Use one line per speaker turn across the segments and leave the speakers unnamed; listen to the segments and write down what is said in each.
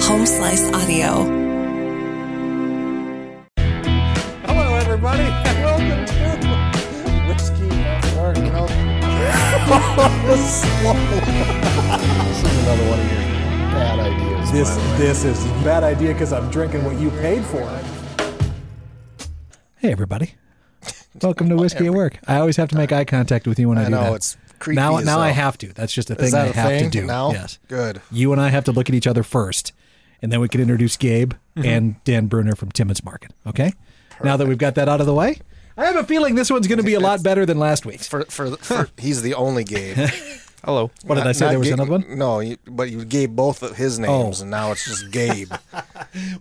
home slice audio.
Hello, everybody. Welcome to Whiskey Dark Milk.
This is another one of your bad ideas.
This
by the way.
this is a bad idea because I'm drinking what you paid for. Hey, everybody. Welcome to Whiskey at Work. I always have to make eye contact with you when I,
I
do
know,
that.
it's creepy
Now,
as
now I
hell.
have to. That's just a thing
is that
I
a
have
thing
to do.
now?
Yes.
Good.
You and I have to look at each other first, and then we can introduce Gabe
Mm-hmm.
and Dan Bruner from Timmins Market. Okay. Now that we've got that out of the way, I have a feeling this one's going to be a lot better than last week's.
For, for, for he's the only Gabe.
Hello.
What did I say? There was another one. Oh.
No, you, but you gave both of his names, and now it's just Gabe.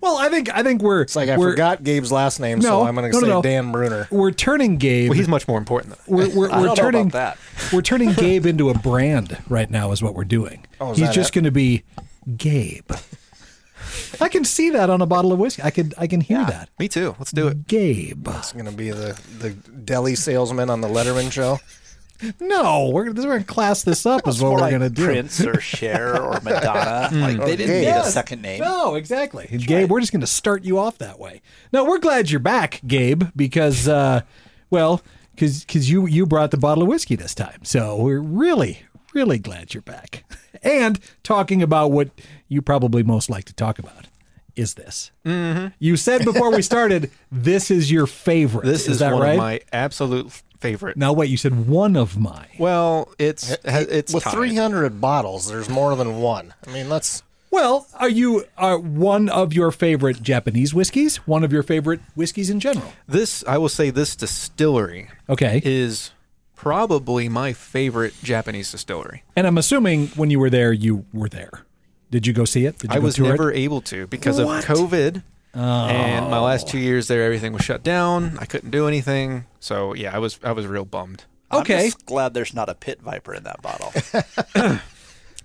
Well, I think I think we're
It's like I
we're,
forgot Gabe's last name, so
No,
I'm going to
no, no,
say
no.
Dan Bruner.
We're turning Gabe.
Well, he's much more important than
we're we're,
I
we're
don't know
turning
about that.
we're turning Gabe into a brand right now is what we're doing.
Oh, is
he's
that
just
it?
going to be Gabe. I can see that on a bottle of whiskey. I could I can hear that.
Me too. Let's do it.
Gabe.
It's going to be the, the deli salesman on the Letterman show.
No, we're we're gonna class this up is what
Or
we're
like
gonna do.
Prince or Cher or Madonna. Like they didn't
Okay.
need
Yes.
a second name.
No, exactly. Gabe, we're just going to start you off that way. No, we're glad you're back, Gabe, because uh well, cuz cuz you you brought the bottle of whiskey this time. So we're really really glad you're back. And talking about what you probably most like to talk about is this. Mm-hmm. You said before we started this is your favorite.
This is,
that
one
right?
of my absolute favorite.
Now wait, you said one of my.
Well, it's it's
With
tied.
300 bottles, there's more than one. I mean, that's
Well, are you are one of your favorite Japanese whiskeys? One of your favorite whiskeys in general?
This I will say this distillery
Okay.
is probably my favorite Japanese distillery.
And I'm assuming when you were there, you were there. Did you go see it? Did you
I
go
was
tour
never
It?
able to because
What? Oh.
of COVID. And my last two years there, everything was shut down. I couldn't do anything, so yeah, I was I was real bummed.
Okay.
I'm just glad there's not a pit viper in that bottle.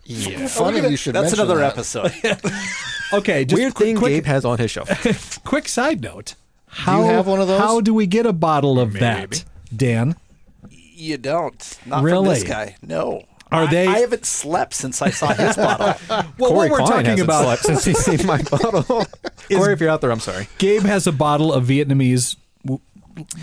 Yeah,
funny you should
That's
mention
another
that.
episode.
Okay. Just
weird
quick,
thing
quick,
Gabe has on his shelf.
quick side note. How,
have one of those?
How do we get a bottle of that, Dan?
you don't. Not from
Really?
this guy. No.
Are
I-
they-
I haven't slept since I saw his bottle.
Well,
Corey
what we're
Klein
talking
hasn't
about,
slept since he's seen my bottle. Corey, if you're out there, I'm sorry.
Gabe has a bottle of Vietnamese w-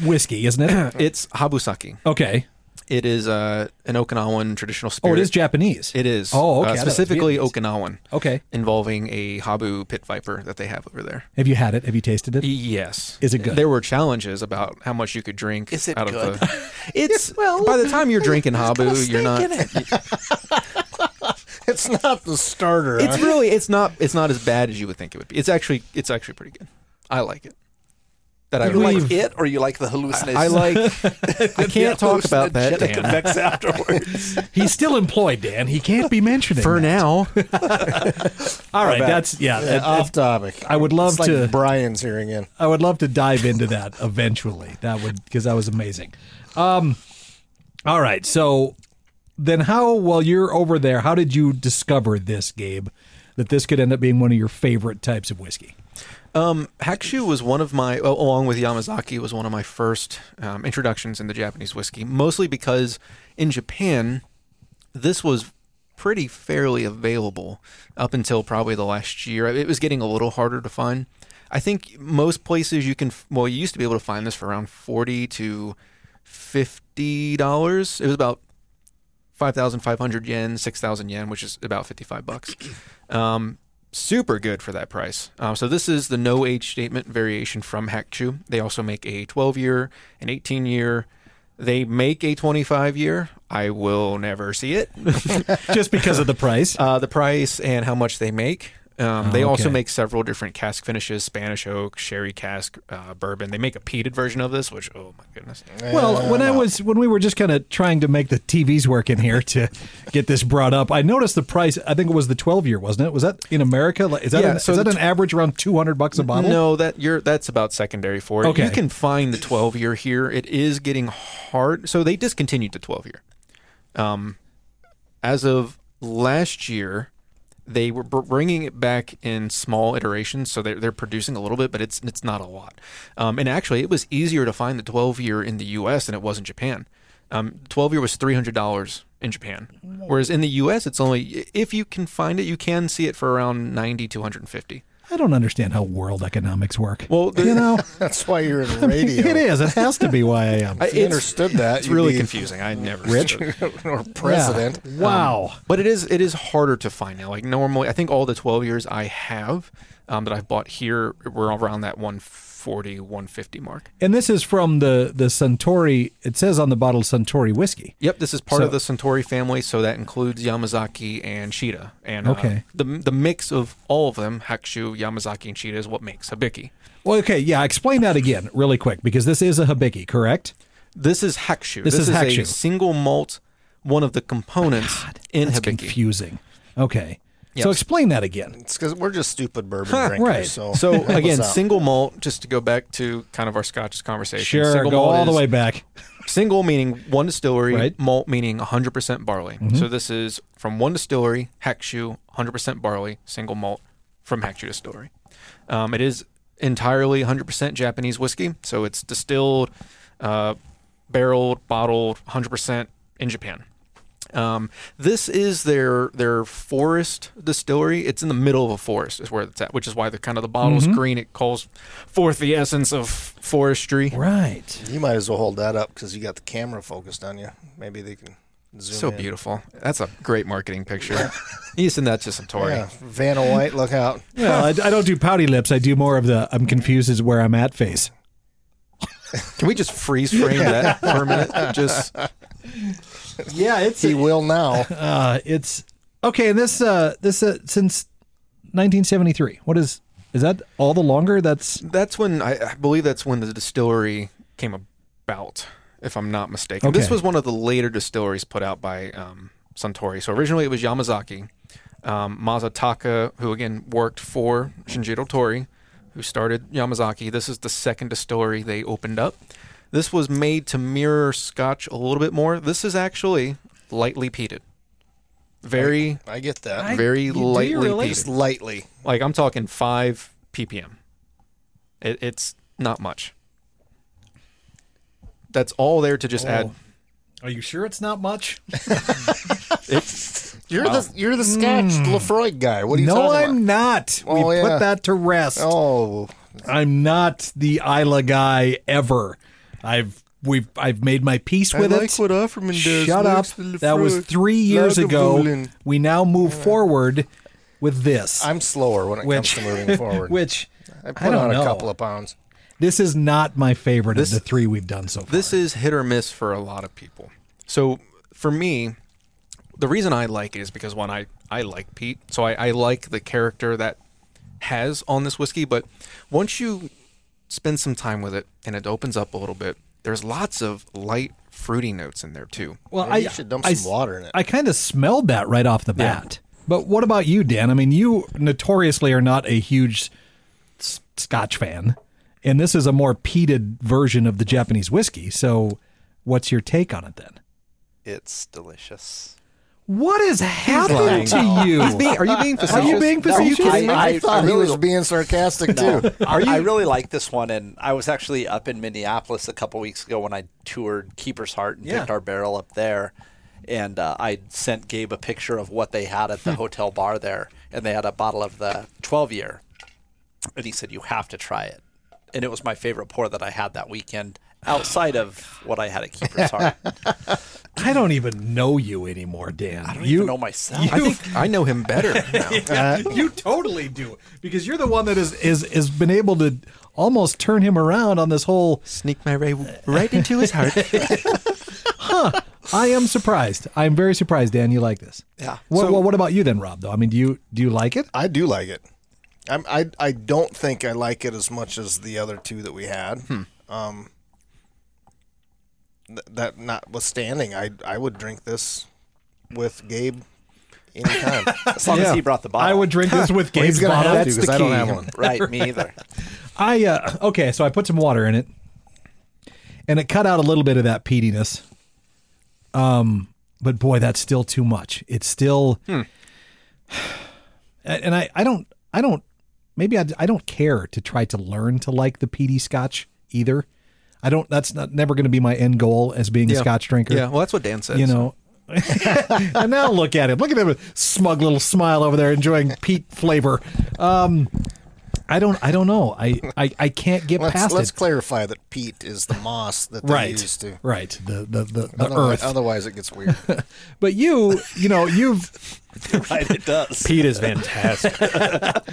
whiskey, isn't it?
It's Habusaki.
okay.
It is uh, an Okinawan traditional spirit.
Oh, it is Japanese.
It is.
Oh,
Uh,
okay. I thought it was
specifically
Vietnamese.
Okinawan.
Okay.
Involving a Habu pit viper that they have over there.
Have you had it? Have you tasted it?
Yes.
Is it good?
There were challenges about how much you could drink.
Is it
out
good?
of the. It's well. By the time you're drinking Habu, you're not.
It's not the starter.
It's
huh?
really. It's not. It's not as bad as you would think it would be. It's actually. It's actually pretty good. I like it. That I
You
like.
like it or you like the hallucination?
I like. I can't talk about that,
Hallucinogenic
Dan.
effects afterwards.
He's still employed, Dan. He can't be mentioning.
For
that.
now,
All right. That's yeah.
Yeah,
that-
off topic.
I would love
It's like
to-
Brian's hearing in.
I would love to dive into that eventually. That would because that was amazing. Um, all right, so then how? While you're over there, how did you discover this, Gabe? That this could end up being one of your favorite types of whiskey.
Hakushu was one of my, well, along with Yamazaki, was one of my first um, introductions into Japanese whiskey, mostly because in Japan, this was pretty fairly available up until probably the last year. It was getting a little harder to find. I think most places you can, f- well, you used to be able to find this for around 40 to $50. It was about 5,500 yen, 6,000 yen, which is about 55 bucks. Um, super good for that price. Um, so this is the no age statement variation from Hakushu. They also make a 12 year, an 18 year. They make a 25 year. I will never see it.
Just because of the price.
uh, the price and how much they make. Um, they also
okay.
make several different cask finishes: Spanish oak, sherry cask, uh, bourbon. They make a peated version of this, which oh my goodness,
Well, when I was when we were just kind of trying to make the TVs work in here to get this brought up, I noticed the price. I think it was the twelve year, wasn't it? Was that in America? Like, Is that
Yeah,
an,
so
is that
the
an average around two hundred bucks a bottle?
No, that you're that's about secondary for it.
Okay.
You can find the 12 year here. It is getting hard. So they discontinued the 12 year. Um, as of last year, they were br- bringing it back in small iterations. So they're, they're producing a little bit, but it's it's not a lot. Um, and actually, it was easier to find the 12 year in the U.S. than it was in Japan. Um, 12 year was three hundred dollars in Japan. Whereas in the U.S., it's only if you can find it, you can see it for around 90 to 150.
I don't understand how world economics work.
Well, the,
you know,
That's why you're in radio.
it is. It has to be why I am.
I-
If you
it's-
understood that.
it's
you'd
really
be
confusing. I never
Rich?
understood it.
or president.
Yeah. Wow.
But it is it is harder to find now. Like normally, I think all the 12 years I have um, that I've bought here were around that 140, 150 mark.
and this is from the the Suntory. It says on the bottle Suntory whiskey.
Yep, this is part
So-
of the Centauri family, so that includes Yamazaki and Shida. And uh,
Okay.
the the mix of all of them, Hakushu, Yamazaki, and Shida, is what makes Hibiki.
Well, okay, yeah. Explain that again, really quick, because this is a habiki, correct?
This is Hakushu.
This is
a
Hakushu.
single malt, one of the components in
That's
Hibiki.
confusing. Okay,
Yes.
so explain that again.
It's because we're just stupid bourbon drinkers.
right.
So,
So
what's
again,
up?
single malt. Just to go back to kind of our Scotch conversation.
Sure,
single
go
malt
all the
is-
way back.
Single meaning one distillery,
Right.
malt meaning 100% barley. So this is from one distillery, Hackshu, 100% barley, single malt from Hackshu Distillery. Um, it is entirely 100% Japanese whiskey. So it's distilled, uh, barreled, bottled 100% in Japan. Um, this is their their forest distillery. It's in the middle of a forest, is where it's at, which is why the kind of the bottle's green. It calls forth the essence of forestry.
Right.
you might as well hold that up because you got the camera focused on you. Maybe they can zoom
So
in.
beautiful. That's a great marketing picture. you send that to Centauri.
Yeah, Vanna White, look out.
Well, I, I don't do pouty lips. I do more of the I'm confused is where I'm at face.
Can we just freeze frame that for a minute? Just
Yeah, it's
He will now.
uh, it's okay. And this uh, this uh, since 1973. What is is that all the longer? That's
that's when I, I believe that's when the distillery came about, if I'm not mistaken. This
Okay.
was one of the later distilleries put out by um, Suntory. So originally it was Yamazaki, um, Mazataka, who again worked for Shinjiro Tori, who started Yamazaki. This is the second distillery they opened up. This was made to mirror Scotch a little bit more. This is actually lightly peated, very,
I get that.
very
you do
lightly
really?
peated
Just lightly.
like I'm talking five ppm. It, it's not much. That's all there to just add.
Are you sure it's not much?
You're the you're the Scotch Lefroy guy. What are you
No,
talking
I'm not.
Oh,
we
yeah.
put that to rest.
about? Oh,
I'm not the Isla guy ever. I've we've I've made my peace with it.
Offerman
Shut up. That was three years ago. We now move forward with this,
I'm slower when it
Which-
comes to moving forward.
which
I put
I don't
on
know.
a couple of pounds.
This is not my favorite of the three we've done so far.
This is hit or miss for a lot of people. So for me, the reason I like it is because one, I I like Pete, so I, I like the character that has on this whiskey. But once you spend some time with it and it opens up a little bit, there's lots of light fruity notes in there too.
well,
Maybe you should dump some water in it.
I kind of smelled that right off the bat. But what about you, Dan? I mean, you notoriously are not a huge s- Scotch fan, and this is a more peated version of the Japanese whiskey. So, what's your take on it then?
It's delicious.
What has happened to you?
are you being
Are you being
No,
facetious?
I- I-
I thought he
really-
was being sarcastic
No,
too.
I really like this one, and I was actually up in Minneapolis a couple weeks ago when I toured Keeper's Heart and
Yeah.
picked our barrel up there. And uh, I sent Gabe a picture of what they had
Hmm.
at the hotel bar there, and they had a bottle of the 12 year, and he said you have to try it, and it was my favorite pour that I had that weekend outside of what I had at Keeper's Heart.
I don't even know you anymore, Dan.
I don't
you
even know myself.
I think I know him better now.
you totally do because you're the one that is is has been able to almost turn him around on this whole.
Sneak my ray right into his heart.
I am surprised. I am very surprised, Dan. You like this?
Yeah.
What, well, what about you then, Rob? Though I mean, do you do you like it?
I do like it. I'm, I I don't think I like it as much as the other two that we had.
Hmm.
Um, th- that notwithstanding, I I would drink this with Gabe anytime.
as long as he brought the bottle,
I would drink this with
Well, he's
Gabe's
gonna
bottle.
have to because I don't
key.
have one.
Right, me either.
I uh, okay, so I put some water in it, and it cut out a little bit of that peatiness. Um, but boy, that's still too much. It's still, and I, I don't, I don't, maybe I, I don't care to try to learn to like the peaty Scotch either. I don't. That's not never going to be my end goal as being a Scotch drinker.
Yeah, well, that's what Dan says.
you know, and now look at him. Look at him, smug little smile over there, enjoying peat flavor. Um, I don't. I don't know. I. I, I can't get
Let's,
past
let's
it.
clarify that peat is the moss that they use
right.
to.
Right. The the the, the
Otherwise,
earth.
otherwise, it gets weird.
But you, you know, you've
right, it does.
Pete is fantastic.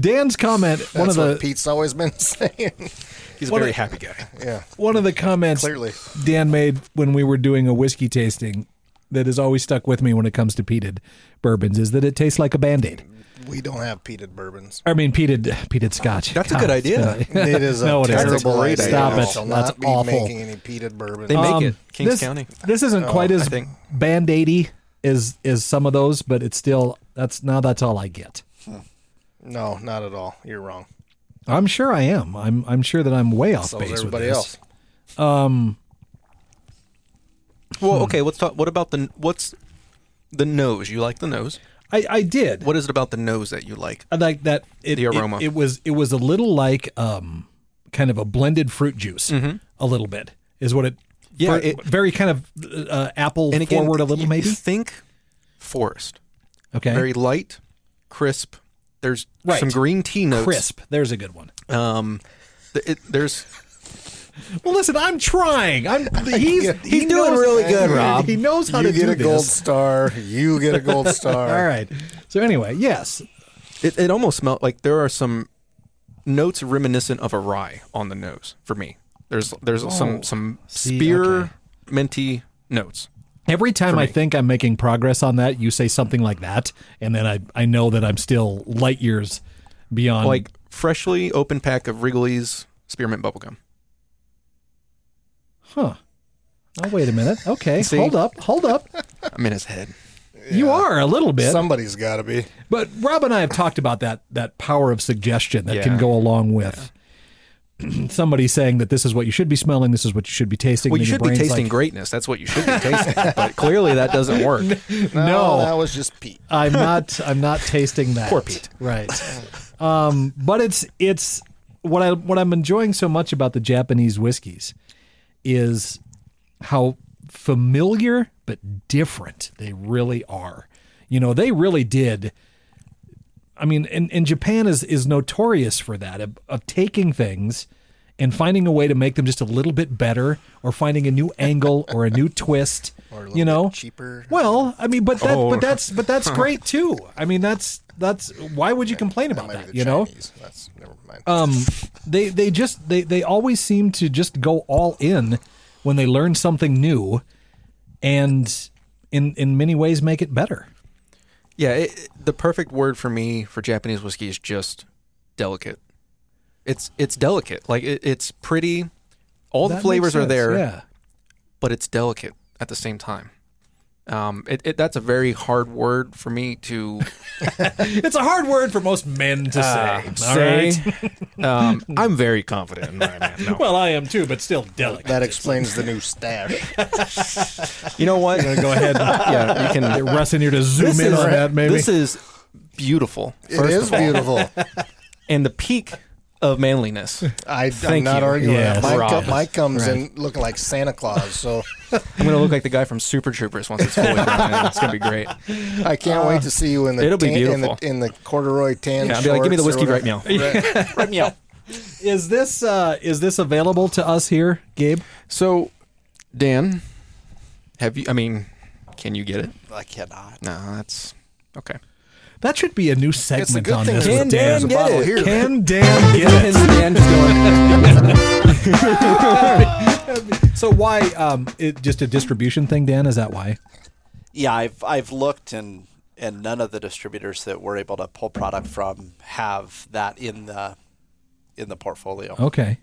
Dan's comment. one
That's
of the
what Pete's always been saying.
He's a very happy guy.
yeah.
one of the comments
Clearly.
Dan made when we were doing a whiskey tasting that has always stuck with me when it comes to peated bourbons is that it tastes like a band-aid.
We don't have peated bourbons.
I mean peated peated scotch.
That's a good idea.
It is a
No, it isn't. That's a
terrible
great
idea.
idea.
We
Stop
it.
shall
That's
not be
awful.
making Oh, any peated bourbon.
They make it.
Um,
Kings
this,
County.
This isn't quite as
think.
band-aidy as as some of those, but it's still that's now that's all I get.
no, not at all. You're wrong.
I'm sure I am. I'm I'm sure that I'm way off
So
base
is
with
everybody
this.
else.
Hmm.
Well, okay. Let's talk. What about the what's the nose? You like the nose.
I I did.
What is it about the nose that you like?
I like that it,
The
it-
aroma.
It, was it was a little like um kind of a blended fruit juice
Mm-hmm.
a little bit is what it
Yeah,
ver-
it-
very kind of uh, apple forward a little
you
maybe
Think forest.
okay
Very light, crisp. There's
Right.
some green tea notes.
crisp there's a good one
Um, th- it, there's
well listen I'm trying I'm he's he's
He knows-
he knows how
you
to
get
do
a gold
this
star. You get a gold star.
all right so anyway yes
it, it almost smells like there are some notes reminiscent of a rye on the nose for me. There's there's some some
Oh, see,
spear
okay.
minty notes.
Every time I think I'm making progress on that, you say something like that, and then I, I know that I'm still light years beyond.
Like freshly open pack of Wrigley's spearmint bubblegum.
huh? Oh, wait a minute. Okay,
See?
hold up, hold up.
I'm in his head.
You are a little bit,
Somebody's got to be.
but Rob and I have talked about that that power of suggestion that can
Yeah.
go along with somebody saying that this is what you should be smelling, this is what you should be tasting.
Well, you
and your
should be
brain's
tasting
like,
greatness. That's what you should be tasting. but clearly, that doesn't work.
No,
No.
Oh, that was just Pete.
I'm not. I'm not tasting that.
Poor Pete.
Right. Um, but it's it's what I what I'm enjoying so much about the Japanese whiskeys is how familiar but different they really are. You know, they really did. I mean, and, and Japan is is notorious for that of, of taking things and finding a way to make them just a little bit better, or finding a new angle or a new twist.
Or a little
you know,
bit cheaper.
well, I mean, but that,
Oh.
but that's, but that's great too. I mean, that's that's why would you complain
That
about
might be
that?
the
You know,
Chinese. That's never mind.
um, they they just they they always seem to just go all in when they learn something new, and in in many ways make it better.
Yeah, it, the perfect word for me for Japanese whiskey is just delicate. It's it's delicate. Like it, it's pretty. All the
That
flavors
makes
are there,
sense, Yeah,
but it's delicate at the same time. Um, it, it, that's a very hard word for me to
it's a hard word for most men to
Ah,
say. all right.
um, I'm very confident in my man. No.
Well, I am too, but still delicate.
that explains the new stash.
You know what?
go ahead. and
yeah, you can
Get Russ in here to zoom in on that. Maybe
This is beautiful.
It
first
is
of all.
beautiful.
And the peak of manliness.
I,
Thank
I'm not
you.
arguing
Yes.
that. Mike,
Rob.
co- Mike comes in looking like Santa Claus, so
I'm going to look like the guy from Super Troopers once it's fully grown. in. It's going to be great.
I can't wait to see you in the
it'll be
tan- in the
beautiful.
in the corduroy tan.
Yeah, I'll be like, give me the
shorts or
whiskey right now.
whatever."
Right, meow.
is this uh, is this available to us here, Gabe?
So, Dan, have you? I mean, can you get it?
I cannot.
No, that's okay.
That should be a new
It's a
segment
good
on
thing
this.
there's
with
a- there's a
Dan.
bottle here.
Can Dan get it? So why? Um, it just a distribution thing, Dan? Is that why?
Yeah, I've I've looked and and none of the distributors that we're able to pull product from have that in the in the portfolio.
Okay.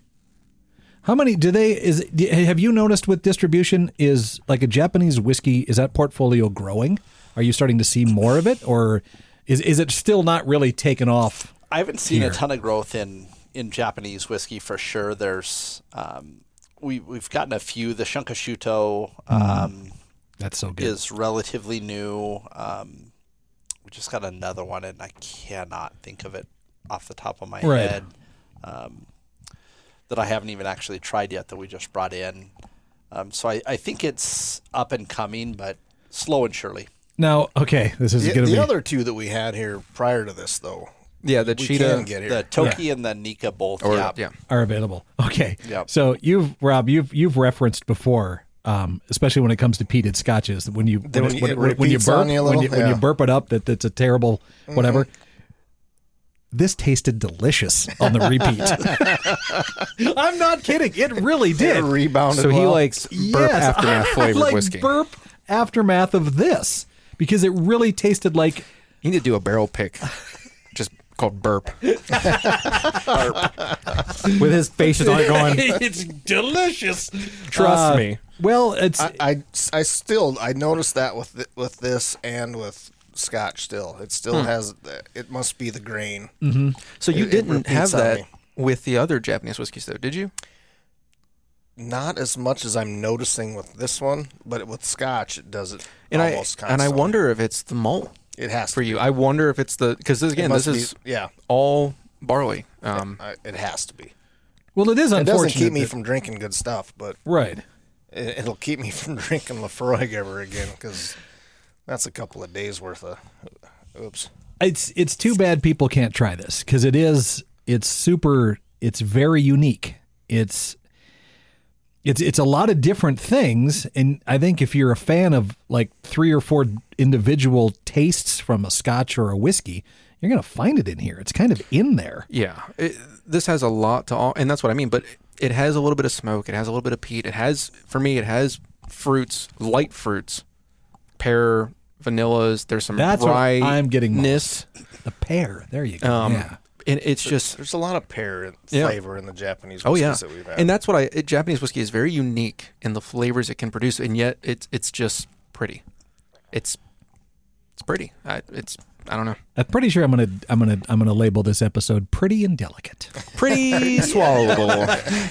How many do they? Is do- have you noticed with distribution is like a Japanese whiskey? Is that portfolio growing? Are you starting to see more of it, or is is it still not really taken off?
I haven't seen a ton of growth in in Japanese whiskey for sure. There's um, we we've gotten a few. The Shunkashuto um,
That's so good.
is relatively new. Um, we just got another one, and I cannot think of it off the top of my
Right.
head. Um, that I haven't even actually tried yet. That we just brought in. Um, so I, I think it's up and coming, but slow and surely.
Now, okay, this is
The,
going to
the
be
other two that we had here prior to this, though,
Yeah, the
we
cheetah.
can get here.
The Toki and the Nika both.
or-
yeah.
yeah.
are available. Okay.
Yep.
So you've Rob, you've you've referenced before, um, especially when it comes to peated scotches, that when you when,
Then
it-
when
when,
it
when, when you
repeats
burp
on you a
when,
little,
you, when you
yeah.
burp it up that that's a terrible whatever. This tasted delicious on the repeat. I'm not kidding. It really did.
it rebounded.
So he
well.
likes burp
yes,
aftermath
I
flavored
like
whiskey.
burp aftermath of this because it really tasted like
You need to do a barrel pick, just called burp.
with his faces on it going.
it's delicious. Uh,
Trust me.
Well, it's
I, I, I still I noticed that with th- with this and with Scotch still it still
Hmm.
has it must be the grain.
So you
It- it
didn't
repeats
have
on
that
me.
with the other Japanese whiskeys, though, did you?
Not as much as I'm noticing with this one, but with Scotch it does it
And I
almost
and I
constantly.
wonder if it's the malt
it has
for
to
you. I wonder if it's the because
It
again, this
must
is
be, yeah
all barley. Um,
I, it has to be.
well, it is
It
unfortunate.
doesn't keep me
that-
from drinking good stuff, but
right.
it, it'll keep me from drinking Lafroig ever again because that's a couple of days worth of oops.
It's it's too bad people can't try this because it is it's super it's very unique. It's it's it's a lot of different things, and I think if you're a fan of like three or four individual tastes from a Scotch or a whiskey, you're gonna find it in here. It's kind of in there.
Yeah, it, this has a lot to all, and that's what I mean. But it has a little bit of smoke. It has a little bit of peat. It has, for me, it has fruits, light fruits, pear, vanillas. There's some
That's what
rye.
I'm getting
ness.
The pear. There you go.
Um,
yeah.
and it's just
There's a lot of pear in-
Yeah.
flavor in the Japanese
oh
whiskeys
yeah,
that we've had.
and that's what I. It, Japanese whiskey is very unique in the flavors it can produce, and yet it's it's just pretty. It's it's pretty. I, it's I don't know.
I'm pretty sure I'm gonna I'm gonna I'm gonna label this episode pretty and delicate.
Pretty swallowable.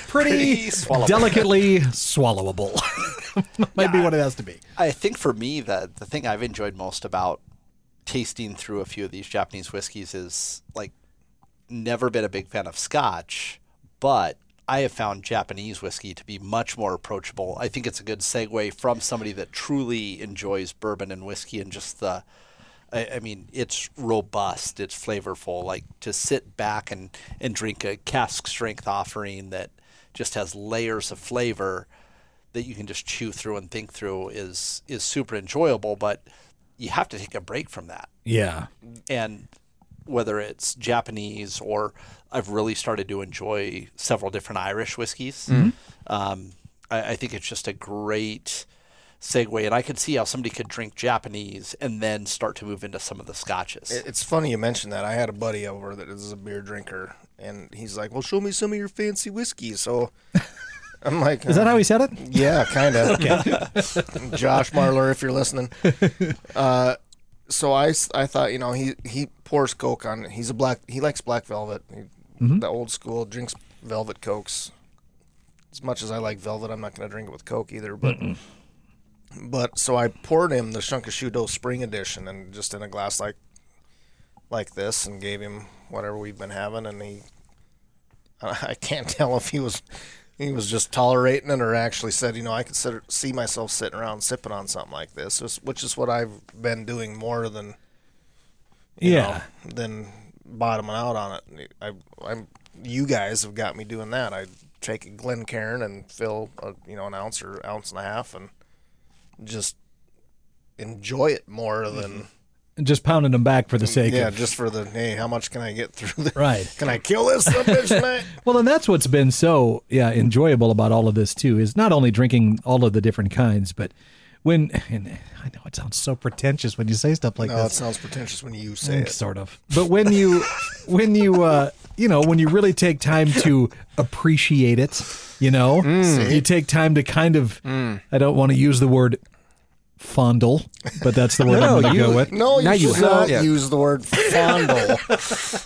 Pretty,
swallowable.
delicately swallowable. Might be what it has to be.
I think for me, the the thing I've enjoyed most about tasting through a few of these Japanese whiskeys is like never been a big fan of Scotch, but I have found Japanese whiskey to be much more approachable. I think it's a good segue from somebody that truly enjoys bourbon and whiskey and just the. I, I mean, it's robust, it's flavorful. Like to sit back and and drink a cask strength offering that just has layers of flavor that you can just chew through and think through is is super enjoyable, but you have to take a break from that.
Yeah.
And whether it's Japanese or I've really started to enjoy several different Irish whiskeys. Um, I, I think it's just a great segue, and I could see how somebody could drink Japanese and then start to move into some of the scotches.
It- It's funny you mentioned that. I had a buddy over that is a beer drinker, and he's like, "Well, show me some of your fancy whiskey." So I'm like,
Is that how he said it?
Yeah, kind of. Josh Marler, if you're listening. Uh, so I, s- I thought you know he he pours Coke on. He's a black. He likes black velvet. He, The old school drinks velvet cokes. As much as I like velvet, I'm not going to drink it with Coke either. But but so I poured him the Shunkashudo Spring Edition and just in a glass like like this and gave him whatever we've been having and he I I can't tell if he was he was just tolerating it or actually said, you know, I could sit, see myself sitting around sipping on something like this, which- which is what I've been doing more than you
Yeah.
know, than bottoming out on it. I I'm you guys have got me doing that. I take a Glencairn and fill a, you know an ounce or ounce and a half and just enjoy it more than
Just pounding them back for the sake
yeah
of.
just for the hey how much can I get through the
Right.
can I kill this son of a bitch tonight
Well, and that's what's been so yeah enjoyable about all of this too is not only drinking all of the different kinds, but when and I know it sounds so pretentious when you say stuff like
No,
this.
that sounds pretentious when you say it.
sort of but when you when you uh you know when you really take time to appreciate it you know
Mm.
you take time to kind of i don't want to use the word fondle but that's the word i'm gonna go with
No, you
Now you
should not
have- yeah.
use the word fondle.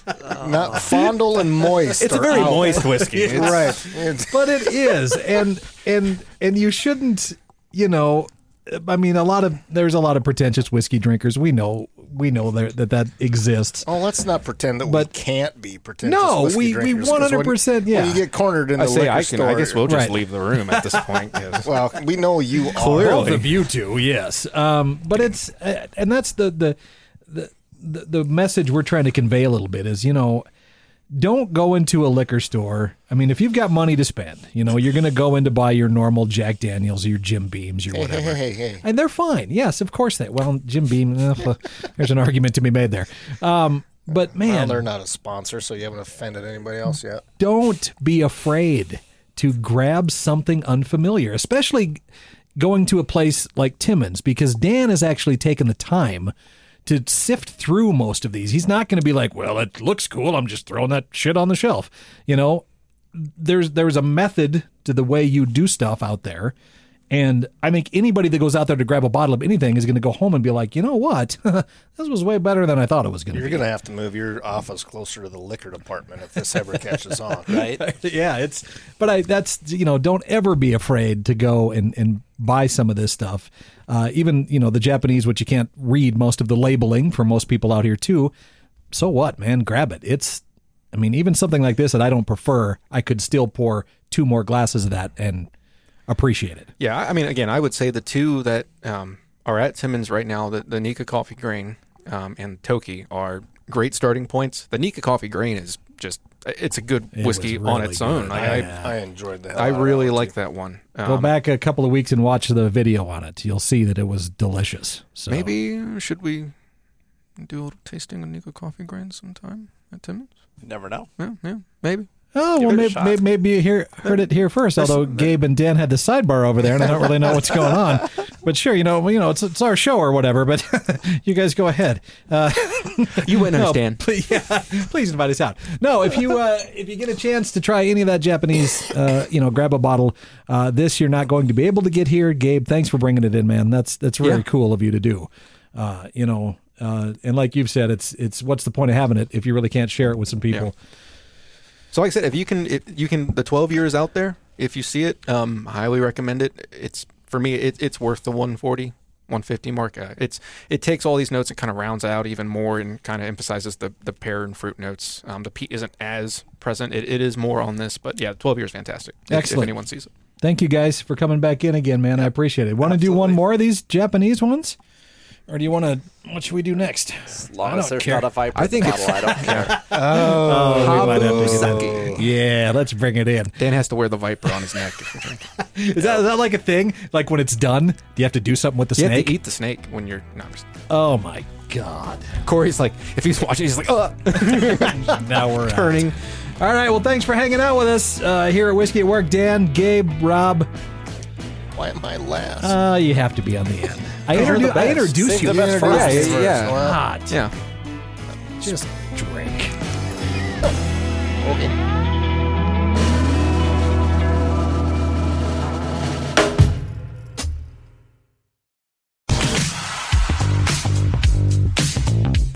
not fondle and moist.
It's a
are
very
out.
moist whiskey. It's-
Right. It's-
but it is and and and you shouldn't you know i mean a lot of there's a lot of pretentious whiskey drinkers we know we know that that, that exists.
Oh, let's not pretend that
But-
we can't be pretentious.
No,
whiskey
we- we
drinkers, 'cause when-
100% yeah.
When you get cornered in the
I say
liquor
I can.
store,
I guess we'll just
Right.
leave the room at this point. 'cause-
Well, we know you are.
Both of you two, yes. Um, but it's uh, and that's the the, the the the message we're trying to convey a little bit is you know don't go into a liquor store. I mean, if you've got money to spend, you know you're going to go in to buy your normal Jack Daniels, your Jim Beams, your
Hey,
whatever.
hey, hey, hey.
And they're fine. Yes, of course they. Well, Jim Beam, uh, there's an argument to be made there. Um, but
Well,
man,
they're not a sponsor, so you haven't offended anybody else yet.
don't be afraid to grab something unfamiliar, especially going to a place like Timmins, because Dan has actually taken the time to sift through most of these. He's not going to be like, well, it looks cool. I'm just throwing that shit on the shelf. You know, there's there's a method to the way you do stuff out there. And I think anybody that goes out there to grab a bottle of anything is going to go home and be like, you know what? this was way better than I thought it was going to
You're
be.
going to have to move your office closer to the liquor department if this ever catches on.
right?
yeah, it's but I that's you know don't ever be afraid to go and and buy some of this stuff. Uh, even you know the Japanese, which you can't read most of the labeling for most people out here too. So what, man? Grab it. It's I mean even something like this that I don't prefer, I could still pour two more glasses of that and appreciate it.
Yeah, I I mean, again, I would say the two that um, are at Timmins right now, the, the Nika Coffee Grain um, and Toki, are great starting points. The Nika Coffee Grain is just, it's a good
was
whiskey on
really
its own.
good.
Like,
I,
I,
I enjoyed that.
I really like that one.
Go
Um,
back a couple of weeks and watch the video on it. You'll see that it was delicious. So
Maybe should we do a little tasting of Nika Coffee Grain sometime at Timmins?
You never know.
Yeah, yeah, maybe.
Oh well,
it a
maybe,
shot.
maybe, you hear, heard it here first. Although Gabe and Dan had the sidebar over there, and I don't really know what's going on. But sure, you know, well, you know, it's it's our show or whatever. But you guys go ahead. Uh,
You wouldn't
no,
understand.
please, yeah, please invite us out. No, if you uh, if you get a chance to try any of that Japanese, uh, you know, grab a bottle. Uh, this you're not going to be able to get here, Gabe. Thanks for bringing it in, man. That's that's really
Yeah.
cool of you to do. Uh, you know, uh, and like you've said, it's it's what's the point of having it if you really can't share it with some people?
So, like I said, if you can, if you can, the 12 years out there, if you see it, um, highly recommend it. It's for me, it, it's worth the 140, 150 mark. Uh, it's it takes all these notes and kind of rounds out even more and kind of emphasizes the the pear and fruit notes. Um, the peat isn't as present. It, it is more on this, but yeah, 12 years, fantastic. If- If,
Excellent.
anyone sees it,
Thank you guys for coming back in again, man. I appreciate it. Want to do one more of these Japanese ones, or do you want to? What should we do next?
As long
I
as
don't
there's
care.
not a vibrant
I think
bottle, I don't care.
Oh, Yeah, let's bring it in.
Dan has to wear the viper on his neck. if you're drinking.
Is that is that like a thing? Like when it's done, do you have to do something with the
you have
snake?
to eat the snake when you're not.
Oh my god!
Corey's like, if he's watching, he's like, oh,
Now we're out.
turning.
All right. Well, thanks for hanging out with us uh, here at Whiskey at Work. Dan, Gabe, Rob.
Why am I last?
Uh, you have to be on the end. I,
You're
introdu-
the
I
best.
introduce
Save
you.
the best for
Yeah,
last.
yeah,
First,
yeah.
well,
Hot.
Yeah.
Just drink.